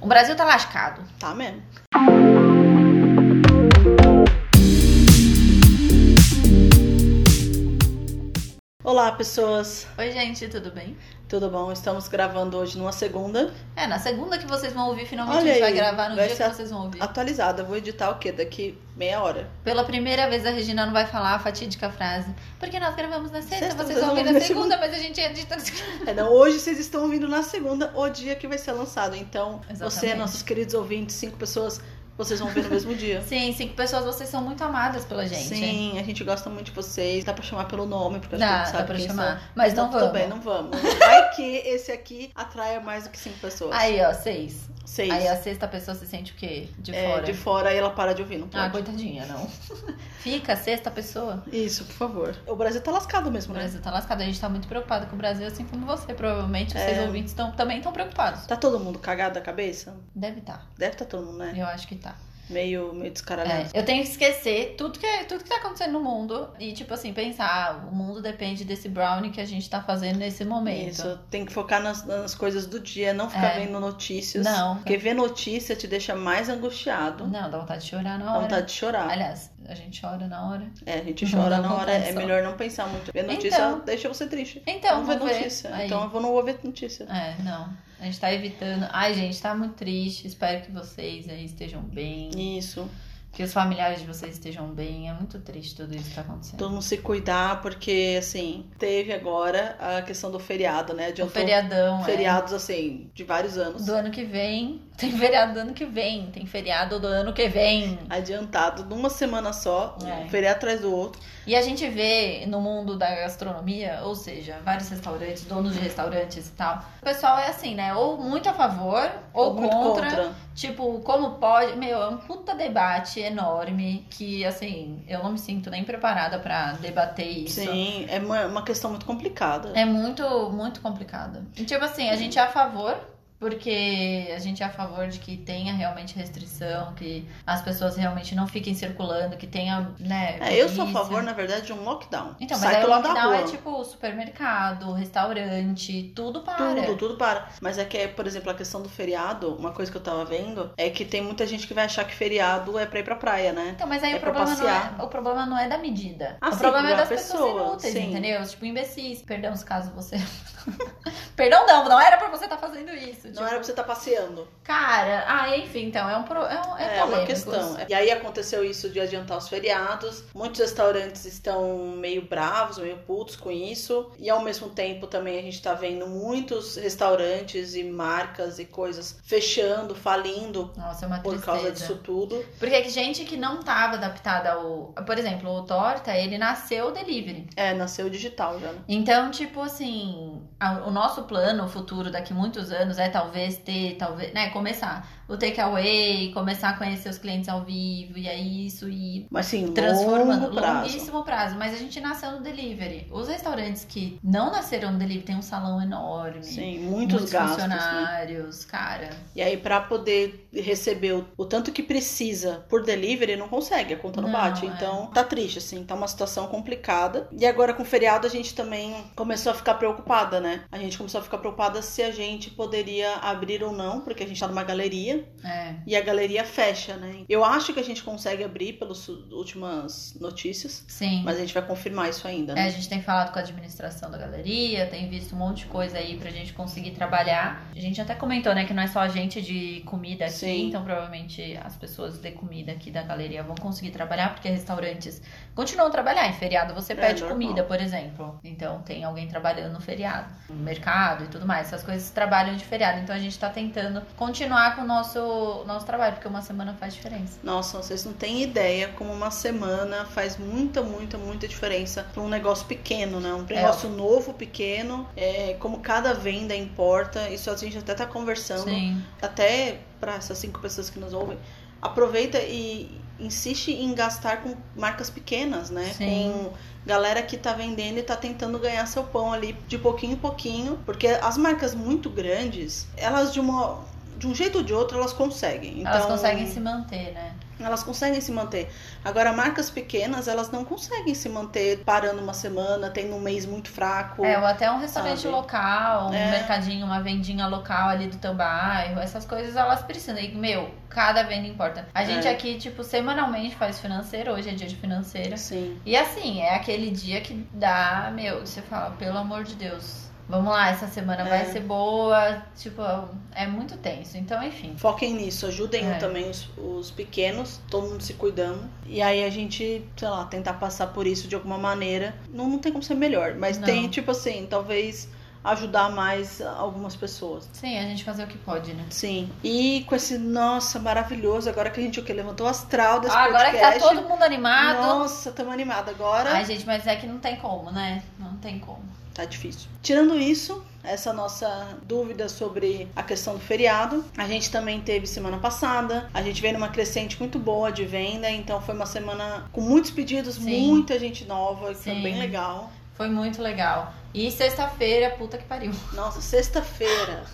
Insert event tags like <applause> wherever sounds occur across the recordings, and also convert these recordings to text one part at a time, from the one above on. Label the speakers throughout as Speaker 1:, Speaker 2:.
Speaker 1: O Brasil tá lascado.
Speaker 2: Tá mesmo. Olá, pessoas.
Speaker 1: Oi, gente, tudo bem?
Speaker 2: Tudo bom? Estamos gravando hoje numa segunda
Speaker 1: É, na segunda que vocês vão ouvir, finalmente
Speaker 2: Olha
Speaker 1: a gente vai
Speaker 2: aí,
Speaker 1: gravar no
Speaker 2: vai
Speaker 1: dia
Speaker 2: ser
Speaker 1: que vocês vão ouvir.
Speaker 2: atualizada. Vou editar o quê? Daqui meia hora.
Speaker 1: Pela primeira vez a Regina não vai falar a fatídica frase. Porque nós gravamos na sexta,
Speaker 2: Sexta,
Speaker 1: vocês vão ouvir na segunda, mas a gente edita na segunda.
Speaker 2: É, não, hoje vocês estão ouvindo na segunda, o dia que vai ser lançado. Então, você,
Speaker 1: Exatamente.
Speaker 2: nossos queridos ouvintes, cinco pessoas, vocês vão ver no mesmo dia.
Speaker 1: Sim, cinco pessoas, vocês são muito amadas pela <laughs> gente.
Speaker 2: Sim, a gente gosta muito de vocês. Dá pra chamar pelo nome, porque acho que a
Speaker 1: Dá,
Speaker 2: gente
Speaker 1: dá
Speaker 2: sabe
Speaker 1: pra
Speaker 2: quem
Speaker 1: chamar.
Speaker 2: são.
Speaker 1: Mas não
Speaker 2: Tudo
Speaker 1: vamos.
Speaker 2: bem, não vamos. Vai que esse aqui atraia mais do que cinco pessoas.
Speaker 1: Aí, ó, seis.
Speaker 2: Seis.
Speaker 1: Aí a sexta pessoa se sente o quê? De
Speaker 2: É,
Speaker 1: fora.
Speaker 2: de fora, aí ela para de ouvir, não
Speaker 1: Ah,
Speaker 2: pode.
Speaker 1: coitadinha, não. <laughs> Fica a sexta pessoa.
Speaker 2: Isso, por favor. O Brasil tá lascado
Speaker 1: O
Speaker 2: mesmo, né?
Speaker 1: Brasil tá lascado. A gente tá muito preocupado com o Brasil, assim como você. Provavelmente vocês
Speaker 2: É.
Speaker 1: ouvintes tão, também estão preocupados.
Speaker 2: Tá todo mundo cagado da cabeça?
Speaker 1: Deve tá.
Speaker 2: Deve tá todo mundo, né?
Speaker 1: Eu acho que tá.
Speaker 2: Meio, meio descaralhado.
Speaker 1: É, eu tenho que esquecer tudo que, tudo que tá acontecendo no mundo e, tipo assim, pensar, ah, o mundo depende desse brownie que a gente tá fazendo nesse momento.
Speaker 2: Isso, tem que focar nas, nas coisas do dia, não ficar
Speaker 1: então. É.
Speaker 2: vendo notícias.
Speaker 1: Não.
Speaker 2: Porque ver notícia te deixa mais angustiado,
Speaker 1: Não, dá vontade de chorar na
Speaker 2: dá
Speaker 1: hora.
Speaker 2: vontade de chorar.
Speaker 1: Aliás, a gente chora na hora.
Speaker 2: É, a gente
Speaker 1: Não
Speaker 2: chora
Speaker 1: dá
Speaker 2: na hora, é
Speaker 1: compensação.
Speaker 2: melhor não pensar muito. Ver notícia
Speaker 1: Então.
Speaker 2: deixa você triste.
Speaker 1: Então,
Speaker 2: não ver
Speaker 1: vou ver.
Speaker 2: notícia.
Speaker 1: Aí.
Speaker 2: Então eu vou não vou ver notícia.
Speaker 1: É, não. A gente tá evitando. Ai, gente, tá muito triste. Espero que vocês aí estejam bem.
Speaker 2: Isso.
Speaker 1: Que os familiares de vocês estejam bem. É muito triste tudo isso que tá acontecendo.
Speaker 2: Todo mundo se cuidar, porque assim, teve agora a questão do feriado, né?
Speaker 1: O
Speaker 2: Adiantou
Speaker 1: feriadão, é.
Speaker 2: feriados, assim, de vários anos.
Speaker 1: Do ano que vem. <laughs> Tem feriado do ano que vem. Tem feriado do ano que vem.
Speaker 2: Adiantado numa semana só,
Speaker 1: É.
Speaker 2: um feriado atrás do outro.
Speaker 1: E a gente vê no mundo da gastronomia, ou seja, vários restaurantes, donos de restaurantes e tal. O pessoal é assim, né? Ou muito a favor, ou,
Speaker 2: muito
Speaker 1: contra. Tipo, como pode. Meu, é um puta debate enorme que, assim, eu não me sinto nem preparada pra debater isso.
Speaker 2: Sim, é uma, uma questão muito complicada.
Speaker 1: É muito, muito complicado. E, tipo assim, a gente é a favor, porque a gente é a favor de que tenha realmente restrição, que as pessoas realmente não fiquem circulando, que tenha, né?
Speaker 2: É, eu sou a
Speaker 1: polícia.
Speaker 2: favor, na verdade, de um lockdown.
Speaker 1: Então, mas
Speaker 2: Sai
Speaker 1: aí o
Speaker 2: pelo lado da
Speaker 1: lockdown
Speaker 2: rua.
Speaker 1: é tipo supermercado, restaurante, tudo para.
Speaker 2: Tudo, tudo para. Mas é que, por exemplo, a questão do feriado, uma coisa que eu tava vendo é que tem muita gente que vai achar que feriado é pra ir pra praia, né?
Speaker 1: Então, mas aí
Speaker 2: É
Speaker 1: o,
Speaker 2: pra
Speaker 1: problema não é,
Speaker 2: passear.
Speaker 1: o problema não é da medida.
Speaker 2: Ah,
Speaker 1: o
Speaker 2: sim,
Speaker 1: problema é
Speaker 2: da
Speaker 1: das pessoas
Speaker 2: pessoa,
Speaker 1: inúteis,
Speaker 2: sim.
Speaker 1: entendeu? Tipo, imbecis. Perdão se caso você. <laughs> Perdão, não, não era pra você estar fazendo isso. tipo,
Speaker 2: Não era pra você estar passeando.
Speaker 1: Cara, ah, enfim, então, é um pro... é, um, é,
Speaker 2: É, uma
Speaker 1: polêmico
Speaker 2: questão.
Speaker 1: isso.
Speaker 2: E aí aconteceu isso de adiantar os feriados. Muitos restaurantes estão meio bravos, meio putos com isso. E ao mesmo tempo também a gente tá vendo muitos restaurantes e marcas e coisas fechando, falindo
Speaker 1: Nossa, é uma
Speaker 2: por
Speaker 1: tristeza.
Speaker 2: causa disso tudo.
Speaker 1: Porque é que gente que não tava adaptada ao... Por exemplo, o Torta, ele nasceu delivery.
Speaker 2: É, nasceu digital já, né?
Speaker 1: Então, tipo assim, a- o nosso plano, o futuro daqui muitos anos é talvez ter, talvez, né, começar o takeaway, começar a conhecer os clientes ao vivo e aí isso e
Speaker 2: Mas sim,
Speaker 1: transformando
Speaker 2: longo prazo.
Speaker 1: longuíssimo prazo, mas a gente nasceu no delivery. Os restaurantes que não nasceram no delivery têm um salão enorme.
Speaker 2: Sim, muitos,
Speaker 1: muitos
Speaker 2: gastos. né?
Speaker 1: funcionários, cara.
Speaker 2: E aí, pra poder receber o, o tanto que precisa por delivery, não consegue, a conta não,
Speaker 1: Não,
Speaker 2: bate.
Speaker 1: é.
Speaker 2: Então, tá triste, assim, tá uma situação complicada. E agora, com o feriado, a gente também começou a ficar preocupada, né? A gente começou a ficar preocupada se a gente poderia abrir ou não, porque a gente tá numa galeria
Speaker 1: É.
Speaker 2: e a galeria fecha, né? Eu acho que a gente consegue abrir pelas últimas notícias,
Speaker 1: Sim.
Speaker 2: mas a gente vai confirmar isso ainda,
Speaker 1: É,
Speaker 2: né?
Speaker 1: a gente tem falado com a administração da galeria, tem visto um monte de coisa aí pra gente conseguir trabalhar. A gente até comentou, né, que não é só a gente de comida aqui,
Speaker 2: Sim.
Speaker 1: então provavelmente as pessoas de comida aqui da galeria vão conseguir trabalhar, porque restaurantes continuam a trabalhar. Em feriado você
Speaker 2: É,
Speaker 1: pede
Speaker 2: normal.
Speaker 1: comida, por exemplo. Então tem alguém trabalhando no feriado, no mercado e tudo mais. Essas coisas trabalham de feriado, então a gente tá tentando continuar com o nosso, nosso trabalho, porque uma semana faz diferença.
Speaker 2: Nossa, vocês não têm ideia como uma semana faz muita, muita, muita diferença para um negócio pequeno, né? Um negócio
Speaker 1: É.
Speaker 2: novo, pequeno, é, como cada venda importa. Isso a gente até tá conversando,
Speaker 1: Sim.
Speaker 2: até para essas cinco pessoas que nos ouvem. Aproveita e insiste em gastar com marcas pequenas, né?
Speaker 1: Sim.
Speaker 2: Com galera que tá vendendo e tá tentando ganhar seu pão ali de pouquinho em pouquinho, porque as marcas muito grandes, elas de uma de um jeito ou de outro elas conseguem. Então,
Speaker 1: Elas conseguem se manter, né?
Speaker 2: Elas conseguem se manter. Agora, marcas pequenas, elas não conseguem se manter parando uma semana, tendo um mês muito fraco.
Speaker 1: É, ou até um restaurante
Speaker 2: sabe?
Speaker 1: local, um
Speaker 2: É.
Speaker 1: mercadinho, uma vendinha local ali do teu bairro, essas coisas elas precisam. E, meu, cada venda importa. A gente
Speaker 2: É.
Speaker 1: aqui, tipo, semanalmente faz financeiro, hoje é dia de financeira.
Speaker 2: Sim.
Speaker 1: E assim, é aquele dia que dá, meu, que você fala, pelo amor de Deus, vamos lá, essa semana
Speaker 2: É.
Speaker 1: vai ser boa. Tipo, é muito tenso. Então, enfim.
Speaker 2: Foquem nisso, ajudem
Speaker 1: É.
Speaker 2: também os, os pequenos, todo mundo se cuidando. E aí a gente, sei lá, tentar passar por isso de alguma maneira. Não, não tem como ser melhor, mas
Speaker 1: Não.
Speaker 2: tem, tipo assim, talvez ajudar mais algumas pessoas.
Speaker 1: Sim, a gente fazer o que pode, né?
Speaker 2: Sim. E com esse, nossa, maravilhoso, agora que a gente o quê? levantou o astral desse
Speaker 1: Ah, agora que
Speaker 2: podcast.
Speaker 1: tá todo mundo animado.
Speaker 2: Nossa, tamo animada agora.
Speaker 1: Ai, gente, mas é que não tem como, né? Não tem como.
Speaker 2: Tá difícil. Tirando isso, essa nossa dúvida sobre a questão do feriado, a gente também teve semana passada. A gente veio numa crescente muito boa de venda, então foi uma semana com muitos pedidos,
Speaker 1: Sim.
Speaker 2: muita gente nova, que foi
Speaker 1: Sim.
Speaker 2: bem legal.
Speaker 1: Foi muito legal. E sexta-feira, puta que pariu.
Speaker 2: Nossa, sexta-feira.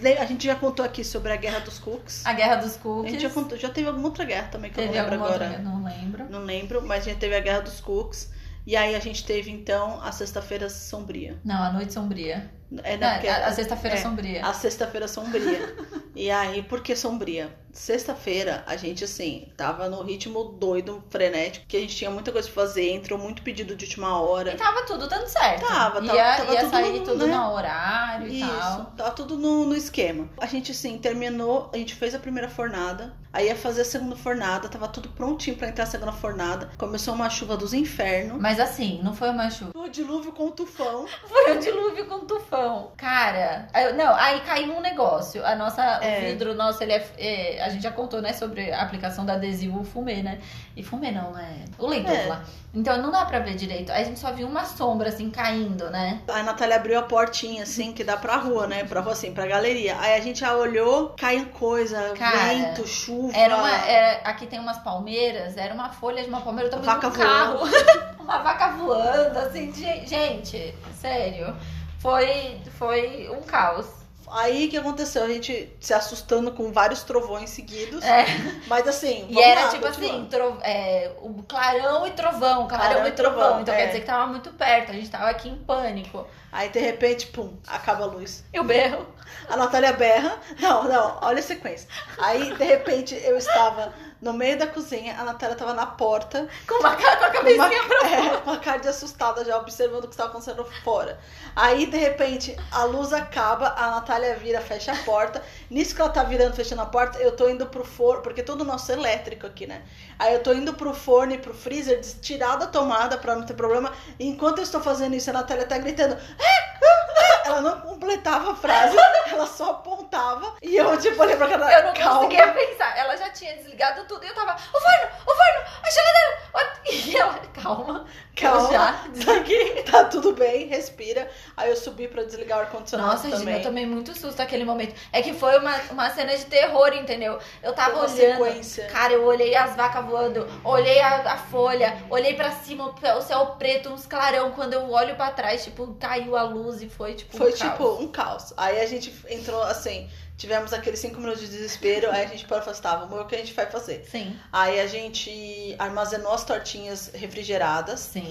Speaker 2: le- a gente já contou aqui sobre a Guerra dos Cooks.
Speaker 1: A Guerra dos
Speaker 2: A
Speaker 1: Cookies.
Speaker 2: gente já contou, já teve alguma outra guerra também que
Speaker 1: Teve
Speaker 2: eu não lembro
Speaker 1: alguma
Speaker 2: agora.
Speaker 1: outra? Não lembro.
Speaker 2: Não lembro, mas a gente teve a Guerra dos Cooks. E aí a gente teve então a sexta-feira sombria.
Speaker 1: Não, a Noite Sombria.
Speaker 2: É,
Speaker 1: Não,
Speaker 2: não, porque-
Speaker 1: a, a Sexta-feira
Speaker 2: é.
Speaker 1: Sombria.
Speaker 2: A sexta-feira sombria. e aí, por que sombria? Sexta-feira, a gente, assim, tava no ritmo doido, frenético, que a gente tinha muita coisa pra fazer, entrou muito pedido de última
Speaker 1: E
Speaker 2: hora.
Speaker 1: tava tudo dando certo.
Speaker 2: Tava,
Speaker 1: ia,
Speaker 2: tava- tava
Speaker 1: ia
Speaker 2: tudo
Speaker 1: sair
Speaker 2: no-
Speaker 1: tudo
Speaker 2: né?
Speaker 1: no horário e
Speaker 2: Isso,
Speaker 1: tal.
Speaker 2: tava tudo no, no esquema. A gente, assim, terminou, a gente fez a primeira fornada, aí ia fazer a segunda fornada, tava tudo prontinho pra entrar a segunda fornada. Começou uma chuva dos infernos.
Speaker 1: Mas assim, não foi uma chuva.
Speaker 2: O dilúvio com o tufão.
Speaker 1: Foi um dilúvio com tufão. Cara, eu- não, aí caiu um negócio. A nossa,
Speaker 2: É.
Speaker 1: o vidro nosso, ele é, é, A gente já contou, né, sobre a aplicação do adesivo fumê, né? E fumê não, né? O leitor
Speaker 2: É.
Speaker 1: lá. Então não dá pra ver direito. Aí a gente só viu uma sombra, assim, caindo, né?
Speaker 2: A Natália abriu a portinha, assim, que dá pra rua, né? Pra rua, assim, pra galeria. Aí a gente já olhou, caiu coisa,
Speaker 1: Cara,
Speaker 2: vento, chuva.
Speaker 1: Era uma. é- era- aqui tem umas palmeiras, era uma folha de uma palmeira do tamanho
Speaker 2: Vaca
Speaker 1: de um carro. <laughs> uma vaca voando, assim, de- gente, sério. Foi, foi um caos.
Speaker 2: Aí o que aconteceu? A gente se assustando com vários trovões seguidos.
Speaker 1: É.
Speaker 2: Mas assim, vamos
Speaker 1: E era
Speaker 2: lá,
Speaker 1: tipo assim,
Speaker 2: continuando.
Speaker 1: tro- é, o clarão e trovão, clarão
Speaker 2: Clarão
Speaker 1: e
Speaker 2: e
Speaker 1: trovão.
Speaker 2: trovão,
Speaker 1: Então
Speaker 2: é.
Speaker 1: quer dizer que tava muito perto, a gente tava aqui em pânico.
Speaker 2: Aí de repente, pum, acaba a luz.
Speaker 1: Eu berro.
Speaker 2: A Natália berra. Não, não, olha a sequência. Aí de repente eu estava no meio da cozinha, a Natália estava na porta,
Speaker 1: Com uma cara com a assim,
Speaker 2: com uma,
Speaker 1: cabecinha.
Speaker 2: é, com a cara de assustada já observando o que estava acontecendo fora. Aí de repente a luz acaba, a Natália vira, fecha a porta. Nisso que ela tá virando, fechando a porta, eu tô indo pro forno, porque todo o nosso é elétrico aqui, né? Aí eu tô indo pro forno e pro freezer, des- tirar da tomada pra não ter problema. E enquanto eu estou fazendo isso, a Natália tá gritando. "Ah, ah, ah". Ela não completava a
Speaker 1: <laughs>
Speaker 2: frase, ela só apontava. E eu, tipo, olhei pra cara
Speaker 1: Eu não
Speaker 2: calma.
Speaker 1: conseguia pensar. Ela já tinha desligado tudo e eu tava, o forno, o forno, a geladeira. o-" <laughs> E ela, calma,
Speaker 2: Calma.
Speaker 1: Eu
Speaker 2: <laughs>
Speaker 1: já desliguei.
Speaker 2: Tá tudo bem, respira. Aí eu subi pra desligar o ar-condicionado
Speaker 1: Nossa, Gina,
Speaker 2: também.
Speaker 1: eu tomei muito susto naquele momento. É que foi uma, uma cena de terror, entendeu? Eu
Speaker 2: Foi
Speaker 1: tava
Speaker 2: uma
Speaker 1: olhando.
Speaker 2: sequência.
Speaker 1: Cara, eu olhei as vacas voando, olhei a, a folha, olhei pra cima, o pe- o céu preto, uns clarão. Quando eu olho pra trás, tipo, caiu a luz e foi tipo. um
Speaker 2: Foi
Speaker 1: caos.
Speaker 2: tipo um caos. Aí a gente entrou assim, tivemos aqueles cinco minutos de desespero, aí a gente parou e falou assim, tá, vamos ver o que a gente vai fazer.
Speaker 1: Sim,
Speaker 2: Aí a gente armazenou as tortinhas refrigeradas,
Speaker 1: sim.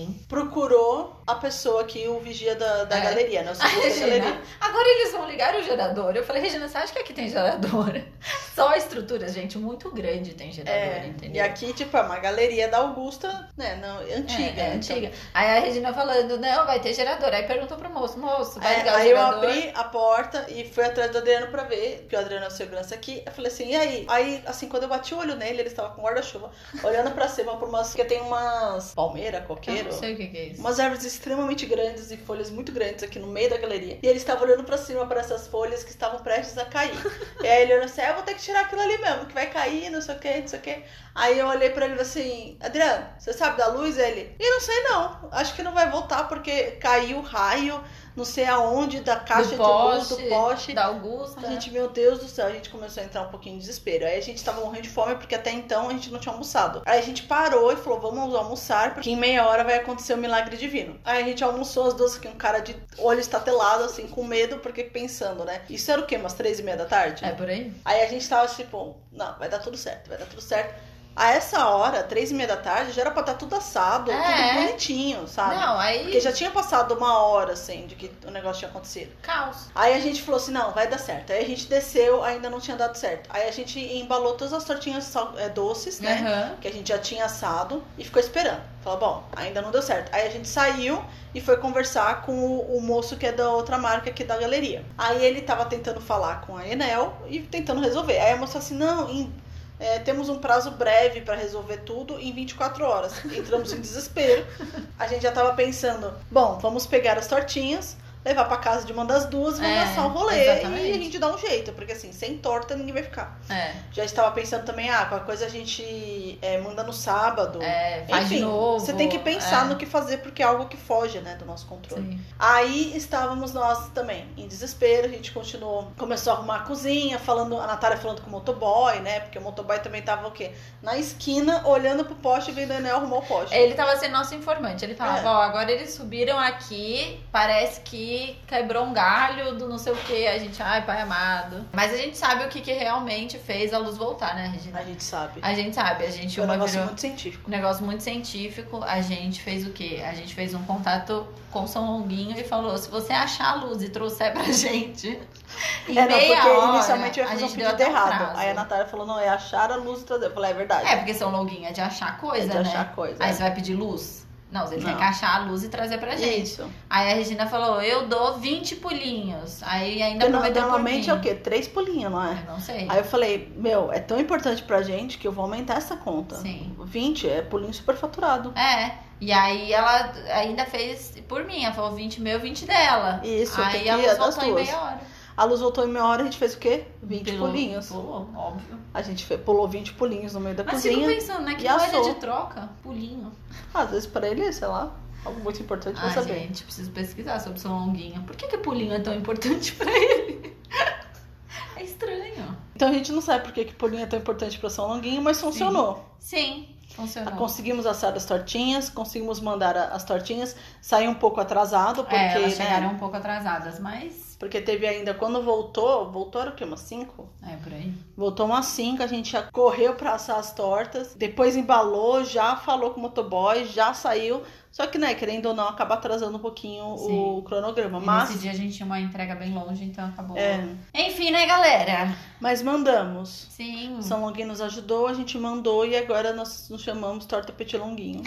Speaker 2: procurou a pessoa que o vigia da, da
Speaker 1: É. <laughs>
Speaker 2: galeria, né? O
Speaker 1: Ai,
Speaker 2: segurança da galeria.
Speaker 1: Regina, agora eles vão ligar o gerador. Eu falei, Regina, você acha que aqui tem gerador? <laughs> Só a estrutura, gente, muito grande tem gerador,
Speaker 2: É, e
Speaker 1: entendeu?
Speaker 2: aqui, tipo, é uma galeria da Augusta, né? Não, antiga.
Speaker 1: É, é
Speaker 2: então.
Speaker 1: antiga. Aí a Regina falando, não, vai ter gerador. Aí perguntou pro moço, moço, vai
Speaker 2: É,
Speaker 1: ligar o
Speaker 2: aí eu
Speaker 1: gerador?
Speaker 2: abri a porta e fui atrás do Adriano pra ver, que o Adriano é o segurança aqui. Eu falei assim, e aí? Aí, assim, quando eu bati o olho nele, ele estava com guarda-chuva, olhando pra cima por umas. Porque tem umas palmeira,
Speaker 1: Eu não
Speaker 2: coqueiro.
Speaker 1: sei o que que é isso.
Speaker 2: Umas árvores extremamente grandes e folhas muito grandes aqui no meio da galeria. E ele estava olhando pra cima para essas folhas que estavam prestes a <laughs> cair. e aí ele olhou assim: "Ah, eu vou ter que tirar aquilo ali mesmo, que vai cair, não sei o que, não sei o que. Aí eu olhei pra ele e falei assim: Adriano, você sabe da luz? Ele: E não sei não, acho que não vai voltar porque caiu raio. não sei aonde, da caixa de luz, do poste.
Speaker 1: da Augusta.
Speaker 2: A gente, meu Deus do céu, a gente começou a entrar um pouquinho em desespero. Aí a gente tava morrendo de fome porque até então a gente não tinha almoçado. Aí a gente parou e falou: vamos almoçar, porque em meia hora vai acontecer o milagre divino. Aí a gente almoçou as duas com um cara de olho estatelado, assim, com medo, porque pensando, né? Isso era o quê? Umas três e meia da tarde?
Speaker 1: É por aí?
Speaker 2: Aí a gente tava tipo: não, vai dar tudo certo, vai dar tudo certo. A essa hora, três e meia da tarde, já era pra estar tudo assado,
Speaker 1: É.
Speaker 2: tudo bonitinho, sabe?
Speaker 1: Não, aí.
Speaker 2: Ah, Porque já tinha passado uma hora, assim, de que o negócio tinha acontecido.
Speaker 1: Caos.
Speaker 2: Aí a gente falou assim, não, vai dar certo. Aí a gente desceu, ainda não tinha dado certo. Aí a gente embalou todas as tortinhas sal- eh, doces, né?
Speaker 1: Aham.
Speaker 2: Que a gente já tinha assado e ficou esperando. Falou, bom, ainda não deu certo. Aí a gente saiu e foi conversar com o, o moço que é da outra marca aqui da galeria. Aí ele tava tentando falar com a Enel e tentando resolver. Aí a moça assim, não, em- eh, temos um prazo breve pra resolver tudo em 24 horas. Entramos em desespero. A gente já tava pensando, bom, vamos pegar as tortinhas, levar pra casa de uma das duas, vamos
Speaker 1: É,
Speaker 2: assar o rolê e a
Speaker 1: exatamente.
Speaker 2: gente dá um jeito, porque assim, sem torta ninguém vai ficar.
Speaker 1: É.
Speaker 2: Já estava pensando também, ah, qualquer coisa a gente eh, manda no sábado.
Speaker 1: É, faz
Speaker 2: Enfim,
Speaker 1: de novo.
Speaker 2: Você tem que pensar
Speaker 1: é.
Speaker 2: no que fazer, porque é algo que foge, né, do nosso controle.
Speaker 1: Sim.
Speaker 2: Aí estávamos nós também em desespero, a gente continuou, começou a arrumar a cozinha, falando, a Natália falando com o motoboy, né? Porque o motoboy também tava o quê? Na esquina, olhando pro poste e vendo o Enel arrumar o poste.
Speaker 1: Ele tava sendo nosso informante. Ele
Speaker 2: É.
Speaker 1: falava, ó, agora eles subiram aqui, parece que quebrou um galho do não sei o que. A gente, ai, pai amado. Mas a gente sabe o que, que realmente fez a luz voltar, né,
Speaker 2: A
Speaker 1: Regina?
Speaker 2: gente sabe.
Speaker 1: A gente sabe, a gente
Speaker 2: Foi um
Speaker 1: uma
Speaker 2: negócio
Speaker 1: virou
Speaker 2: muito científico.
Speaker 1: um negócio muito científico. A gente fez o quê? A gente fez um contato com o São Longuinho e falou: se você achar a luz e trouxer pra <laughs> gente. Em
Speaker 2: É, não,
Speaker 1: meia
Speaker 2: porque
Speaker 1: hora,
Speaker 2: inicialmente eu ia
Speaker 1: a
Speaker 2: fazer um
Speaker 1: gente deu
Speaker 2: pedido
Speaker 1: até um
Speaker 2: errado.
Speaker 1: prazo.
Speaker 2: Aí a Natália falou, não, é achar a luz e trazer. Eu falei, é verdade.
Speaker 1: É, porque São Longuinho é de achar
Speaker 2: É
Speaker 1: coisa,
Speaker 2: de
Speaker 1: né?
Speaker 2: achar coisa.
Speaker 1: Aí você vai pedir luz? Não, você tem
Speaker 2: Não.
Speaker 1: que achar a luz e trazer pra gente.
Speaker 2: Isso.
Speaker 1: Aí a Regina falou, eu dou 20 pulinhos. Aí ainda
Speaker 2: Porque
Speaker 1: aproveitou por
Speaker 2: normalmente
Speaker 1: mim.
Speaker 2: é o quê? Três pulinhos, não é?
Speaker 1: Eu não sei.
Speaker 2: Aí eu falei, meu, é tão importante pra gente que eu vou aumentar essa conta.
Speaker 1: Sim.
Speaker 2: 20 é pulinho superfaturado.
Speaker 1: É. E aí ela ainda fez por mim. Ela falou 20 meu, 20 dela.
Speaker 2: Isso, tem
Speaker 1: É. aí
Speaker 2: que é
Speaker 1: a
Speaker 2: ir
Speaker 1: luz
Speaker 2: das
Speaker 1: voltou em
Speaker 2: duas.
Speaker 1: meia hora.
Speaker 2: A luz voltou em meia hora, a gente fez o quê? 20
Speaker 1: Pulou-
Speaker 2: pulinhos.
Speaker 1: Pulou, óbvio.
Speaker 2: A gente fe- pulou 20 pulinhos no meio da
Speaker 1: Mas fico
Speaker 2: cozinha.
Speaker 1: pensando, né? Que
Speaker 2: e
Speaker 1: loja
Speaker 2: assou.
Speaker 1: de troca? Pulinho.
Speaker 2: Às vezes pra ele, sei lá, algo muito importante pra
Speaker 1: Ai,
Speaker 2: saber.
Speaker 1: Ah, gente, preciso pesquisar sobre São Longuinho. Por que que pulinho é tão importante <laughs> pra ele? é estranho.
Speaker 2: Então a gente não sabe por que que pulinho é tão importante pra São Longuinho, mas
Speaker 1: Sim. É
Speaker 2: funcionou.
Speaker 1: Sim,
Speaker 2: Ah,
Speaker 1: funcionou.
Speaker 2: Conseguimos assar as tortinhas, conseguimos mandar a- as tortinhas. Saiu um pouco atrasado, porque,
Speaker 1: é, elas
Speaker 2: né,
Speaker 1: chegaram um pouco atrasadas, mas...
Speaker 2: Porque teve ainda, quando voltou, voltou era o quê? Umas 5?
Speaker 1: É, por aí.
Speaker 2: Voltou umas 5, a gente já correu pra assar as tortas, depois embalou, já falou com o motoboy, já saiu. Só que, né, querendo ou não, acaba atrasando um pouquinho o
Speaker 1: Sim.
Speaker 2: cronograma.
Speaker 1: E
Speaker 2: Mas,
Speaker 1: Nesse dia a gente tinha uma entrega bem longe, então acabou.
Speaker 2: é,
Speaker 1: Enfim, né, galera?
Speaker 2: mas mandamos.
Speaker 1: Sim.
Speaker 2: São Longuinho nos ajudou, a gente mandou e agora nós nos chamamos Torta
Speaker 1: <laughs>
Speaker 2: Petit Longuinho.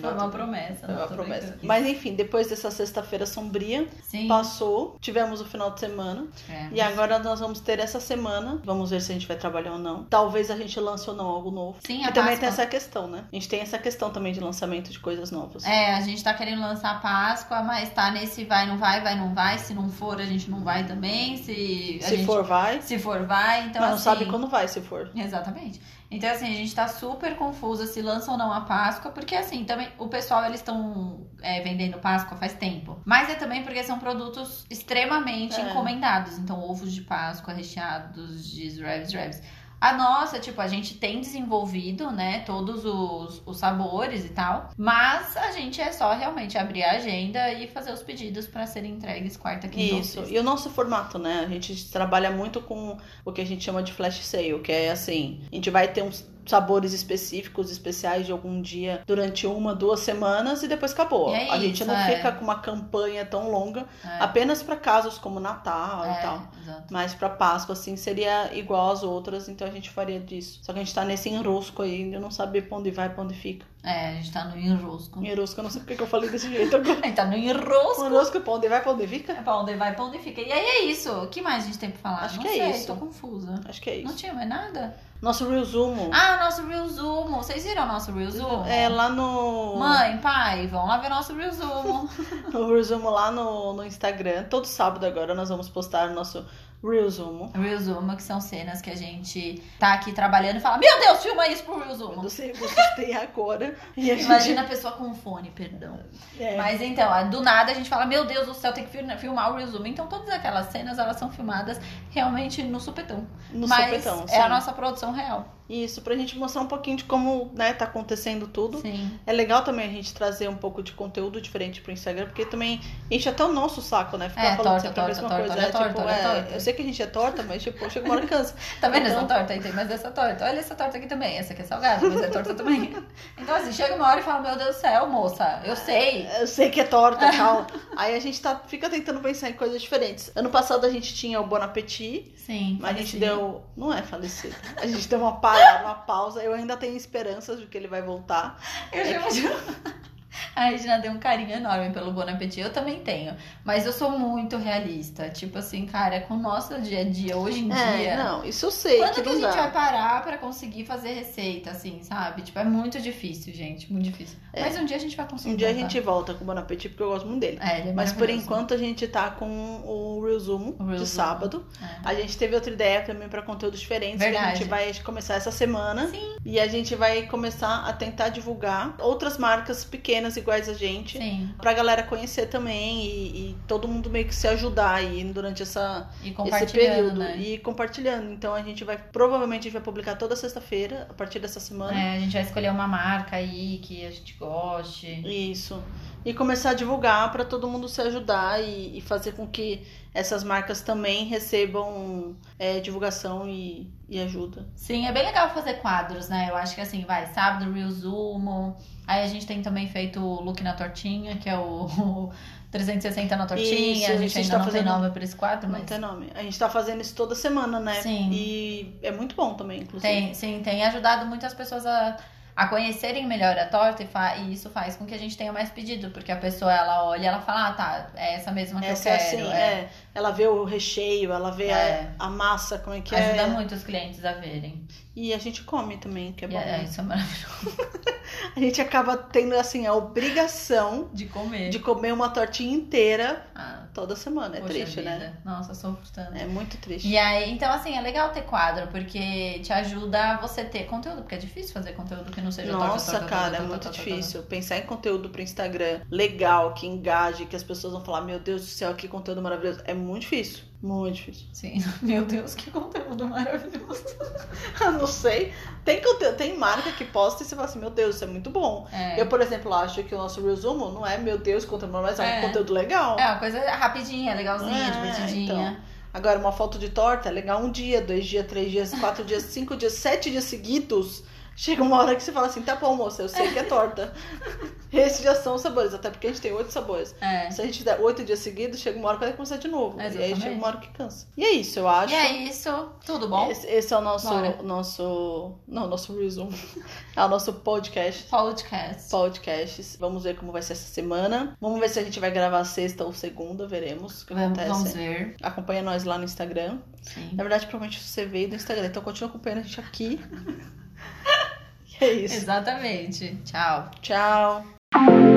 Speaker 1: Foi uma promessa.
Speaker 2: Foi
Speaker 1: não,
Speaker 2: uma
Speaker 1: tô
Speaker 2: promessa.
Speaker 1: brincando. é.
Speaker 2: Mas enfim, depois dessa sexta-feira sombria,
Speaker 1: Sim.
Speaker 2: passou, tivemos o final de semana.
Speaker 1: é.
Speaker 2: E agora nós vamos ter essa semana. Vamos ver se a gente vai trabalhar ou não. Talvez a gente lance ou não algo novo.
Speaker 1: Sim,
Speaker 2: E
Speaker 1: a
Speaker 2: também tem
Speaker 1: Páscoa.
Speaker 2: essa questão, né? A gente tem essa questão também de lançamento de coisas novas.
Speaker 1: É, a gente tá querendo lançar a Páscoa, mas tá nesse vai, não vai, vai, não vai. Se não for, a gente não vai também. Se, a
Speaker 2: se
Speaker 1: gente-
Speaker 2: for, vai.
Speaker 1: Se for, vai. Então,
Speaker 2: mas não
Speaker 1: assim...
Speaker 2: sabe quando vai, se for.
Speaker 1: Exatamente. Então, assim, a gente tá super confusa se lança ou não a Páscoa, porque, assim, também o pessoal, eles estão é, vendendo Páscoa faz tempo. Mas é também porque são produtos extremamente
Speaker 2: É.
Speaker 1: encomendados. Então, ovos de Páscoa recheados de Shrevs, Shrevs. A nossa, tipo, a gente tem desenvolvido, né, todos os, os sabores e tal, mas a gente é só realmente abrir a agenda e fazer os pedidos pra serem entregues quarta, quinta
Speaker 2: Isso.
Speaker 1: ou sexta.
Speaker 2: E o nosso formato, né? A gente trabalha muito com o que a gente chama de flash sale, que é assim, a gente vai ter uns sabores específicos, especiais de algum dia durante uma, duas semanas e depois acabou.
Speaker 1: E é
Speaker 2: a gente
Speaker 1: isso,
Speaker 2: não
Speaker 1: é.
Speaker 2: fica com uma campanha tão longa,
Speaker 1: É,
Speaker 2: apenas pra casos como Natal e tal.
Speaker 1: é, exato.
Speaker 2: Mas pra Páscoa, assim, seria igual às outras, então a gente faria disso. Só que a gente tá nesse enrosco aí, de não saber pra onde vai, pra onde fica.
Speaker 1: É, a gente tá no enrosco.
Speaker 2: Enrosco, eu não sei porque que eu falei desse jeito <laughs> agora.
Speaker 1: Ele tá no enrosco.
Speaker 2: Enrosco, pra onde vai, pra onde fica?
Speaker 1: É pra onde vai, pra onde fica. E aí é isso. O que mais a gente tem pra falar?
Speaker 2: Acho
Speaker 1: não
Speaker 2: que é
Speaker 1: sei,
Speaker 2: isso.
Speaker 1: tô confusa.
Speaker 2: Acho que é
Speaker 1: Não
Speaker 2: isso.
Speaker 1: tinha mais nada?
Speaker 2: Nosso resumo
Speaker 1: Ah, nosso Real Zoom. Vocês viram o nosso Real Zoom?
Speaker 2: é lá no. <laughs>
Speaker 1: Mãe, pai, vão lá ver nosso Real Zoom.
Speaker 2: No resumo lá no, no Instagram. Todo sábado agora nós vamos postar o nosso Reelzumo.
Speaker 1: Reelzuma, que são cenas que a gente tá aqui trabalhando e fala: Meu Deus, filma isso pro
Speaker 2: Não
Speaker 1: Reelzuma.
Speaker 2: sei vocês têm agora. E a gente-
Speaker 1: <laughs> Imagina a pessoa com fone, perdão.
Speaker 2: é,
Speaker 1: Mas então, do nada a gente fala, meu Deus do céu, tem que fil- filmar o resumo. Então todas aquelas cenas, elas são filmadas realmente no supetão.
Speaker 2: no
Speaker 1: Mas
Speaker 2: sopetão,
Speaker 1: é a
Speaker 2: sim.
Speaker 1: nossa produção real.
Speaker 2: Isso, pra gente mostrar um pouquinho de como, né, tá acontecendo tudo.
Speaker 1: Sim.
Speaker 2: É legal também a gente trazer um pouco de conteúdo diferente pro Instagram, porque também enche até o nosso saco, né? Ficar
Speaker 1: É,
Speaker 2: falando
Speaker 1: torta,
Speaker 2: sempre a
Speaker 1: torta,
Speaker 2: mesma
Speaker 1: torta,
Speaker 2: coisa.
Speaker 1: olha
Speaker 2: é,
Speaker 1: a torta,
Speaker 2: tipo,
Speaker 1: olha a
Speaker 2: é,
Speaker 1: torta.
Speaker 2: Eu sei que a gente é torta, mas tipo, chega uma hora que cansa.
Speaker 1: Tá vendo
Speaker 2: Então-
Speaker 1: essa torta? Aí tem mais essa torta. Olha essa torta aqui também. Essa aqui é salgada, mas é torta
Speaker 2: <laughs>
Speaker 1: também. Então assim, chega uma hora e fala, meu Deus do céu, moça, eu sei.
Speaker 2: Eu sei que é torta
Speaker 1: <laughs>
Speaker 2: e tal. Aí a gente tá, fica tentando pensar em coisas diferentes. Ano passado a gente tinha o Bon Appetit,
Speaker 1: Sim,
Speaker 2: mas a gente
Speaker 1: falecido.
Speaker 2: deu. Não é falecido. A gente deu uma parada, uma pausa. Eu ainda tenho esperanças de que ele vai voltar.
Speaker 1: Eu já imagino. É <laughs> A Regina deu um carinho enorme pelo Bon Appetit. Eu também tenho. Mas eu sou muito realista. Tipo assim, cara, com o nosso dia a dia, hoje em Um dia...
Speaker 2: É, não, isso eu sei.
Speaker 1: Quando
Speaker 2: que
Speaker 1: que, a
Speaker 2: não
Speaker 1: gente
Speaker 2: dá.
Speaker 1: vai parar pra conseguir fazer receita, assim, sabe? Tipo, é muito difícil, gente. Muito difícil. Mas um dia a gente vai conseguir.
Speaker 2: Um dia a
Speaker 1: voltar.
Speaker 2: gente volta com o Bon Appetit, porque eu gosto muito dele.
Speaker 1: É, ele é
Speaker 2: Mas por
Speaker 1: maravilhoso.
Speaker 2: enquanto a gente tá com o Reelzumo
Speaker 1: O Reelzumo.
Speaker 2: de sábado.
Speaker 1: É.
Speaker 2: A gente teve outra ideia também pra conteúdos diferentes que a
Speaker 1: Verdade.
Speaker 2: gente vai começar essa semana.
Speaker 1: Sim.
Speaker 2: E a gente vai começar a tentar divulgar outras marcas pequenas iguais a gente.
Speaker 1: Sim.
Speaker 2: Pra galera conhecer também e, e todo mundo meio que se ajudar aí durante essa,
Speaker 1: E
Speaker 2: esse
Speaker 1: compartilhando,
Speaker 2: período
Speaker 1: né?
Speaker 2: e compartilhando. Então a gente vai, provavelmente a gente vai publicar toda sexta-feira, a partir dessa semana.
Speaker 1: É, a gente vai escolher uma marca aí que a gente goste.
Speaker 2: Isso. E começar a divulgar para todo mundo se ajudar e, e fazer com que essas marcas também recebam é, divulgação e, e ajuda.
Speaker 1: Sim, é bem legal fazer quadros, né? Eu acho que assim, vai, sábado, Reelzumo. Aí a gente tem também feito o look na tortinha, que é o, o 360 na tortinha.
Speaker 2: Isso,
Speaker 1: a gente,
Speaker 2: isso, a gente
Speaker 1: ainda
Speaker 2: tá
Speaker 1: não
Speaker 2: fazendo-
Speaker 1: tem nome pra esse quadro,
Speaker 2: Não
Speaker 1: mas.
Speaker 2: tem nome. A gente tá fazendo isso toda semana, né?
Speaker 1: Sim.
Speaker 2: E é muito bom também, inclusive.
Speaker 1: Tem, sim, tem ajudado muitas pessoas a, a conhecerem melhor a torta e, fa- e isso faz com que a gente tenha mais pedido, porque a pessoa ela olha e ela fala, ah, tá, é essa mesma que
Speaker 2: Essa
Speaker 1: eu
Speaker 2: é
Speaker 1: quero.
Speaker 2: assim, é. Ela vê o recheio, ela vê a-
Speaker 1: É.
Speaker 2: a, massa, como é que é.
Speaker 1: Ajuda muito os clientes a verem.
Speaker 2: E a gente come também, que é
Speaker 1: E
Speaker 2: bom.
Speaker 1: é,
Speaker 2: né?
Speaker 1: isso é maravilhoso
Speaker 2: A gente acaba tendo, assim, a obrigação
Speaker 1: <laughs> de comer.
Speaker 2: de comer uma tortinha inteira
Speaker 1: Ah,
Speaker 2: toda semana. É
Speaker 1: poxa
Speaker 2: triste,
Speaker 1: vida.
Speaker 2: né?
Speaker 1: Nossa, sofro tanto.
Speaker 2: É muito triste.
Speaker 1: E aí, então assim, é legal ter quadro, porque te ajuda a você ter conteúdo, porque é difícil fazer conteúdo que não seja torta,
Speaker 2: Nossa,
Speaker 1: torta, torta,
Speaker 2: cara, é
Speaker 1: torta,
Speaker 2: muito
Speaker 1: torta, torta,
Speaker 2: difícil. Pensar em conteúdo pro Instagram legal, que engaje, que as pessoas vão falar, meu Deus do céu, que conteúdo maravilhoso. É muito difícil. Muito difícil.
Speaker 1: Sim, <laughs> meu Deus, que conteúdo maravilhoso.
Speaker 2: <laughs> Eu não sei. Tem conteúdo, tem marca que posta e você fala assim, meu Deus, isso é muito bom.
Speaker 1: É.
Speaker 2: Eu, por exemplo, acho que o nosso resumo não é, meu Deus, conteúdo, mas é um
Speaker 1: É.
Speaker 2: conteúdo legal.
Speaker 1: É uma coisa rapidinha, legalzinha,
Speaker 2: É,
Speaker 1: divertidinha.
Speaker 2: Agora, uma foto de torta é legal um dia, dois dias, três
Speaker 1: <laughs>
Speaker 2: dias, quatro dias, cinco dias, sete dias seguidos. Chega uma hora que você fala assim, tá bom, moça, eu sei que
Speaker 1: <laughs>
Speaker 2: é torta. Esses já são os sabores, até porque a gente tem oito sabores.
Speaker 1: É.
Speaker 2: Se a gente der oito dias seguidos, chega uma hora que vai começar de novo. E aí
Speaker 1: Exatamente.
Speaker 2: chega uma hora que cansa. E é isso, eu acho.
Speaker 1: E é isso. Tudo bom?
Speaker 2: Esse, esse é o nosso.
Speaker 1: Bora.
Speaker 2: nosso não, nosso resumo. <laughs> é o nosso podcast.
Speaker 1: Podcast.
Speaker 2: Podcasts. Vamos ver como vai ser essa semana. Vamos ver se a gente vai gravar sexta ou segunda. Veremos o que
Speaker 1: Vamos,
Speaker 2: acontece.
Speaker 1: vamos ver.
Speaker 2: Acompanha nós lá no Instagram.
Speaker 1: Sim.
Speaker 2: Na verdade, provavelmente você veio do Instagram. Então continua acompanhando a
Speaker 1: <laughs>
Speaker 2: gente aqui. e é isso.
Speaker 1: Exatamente. Tchau.
Speaker 2: Tchau.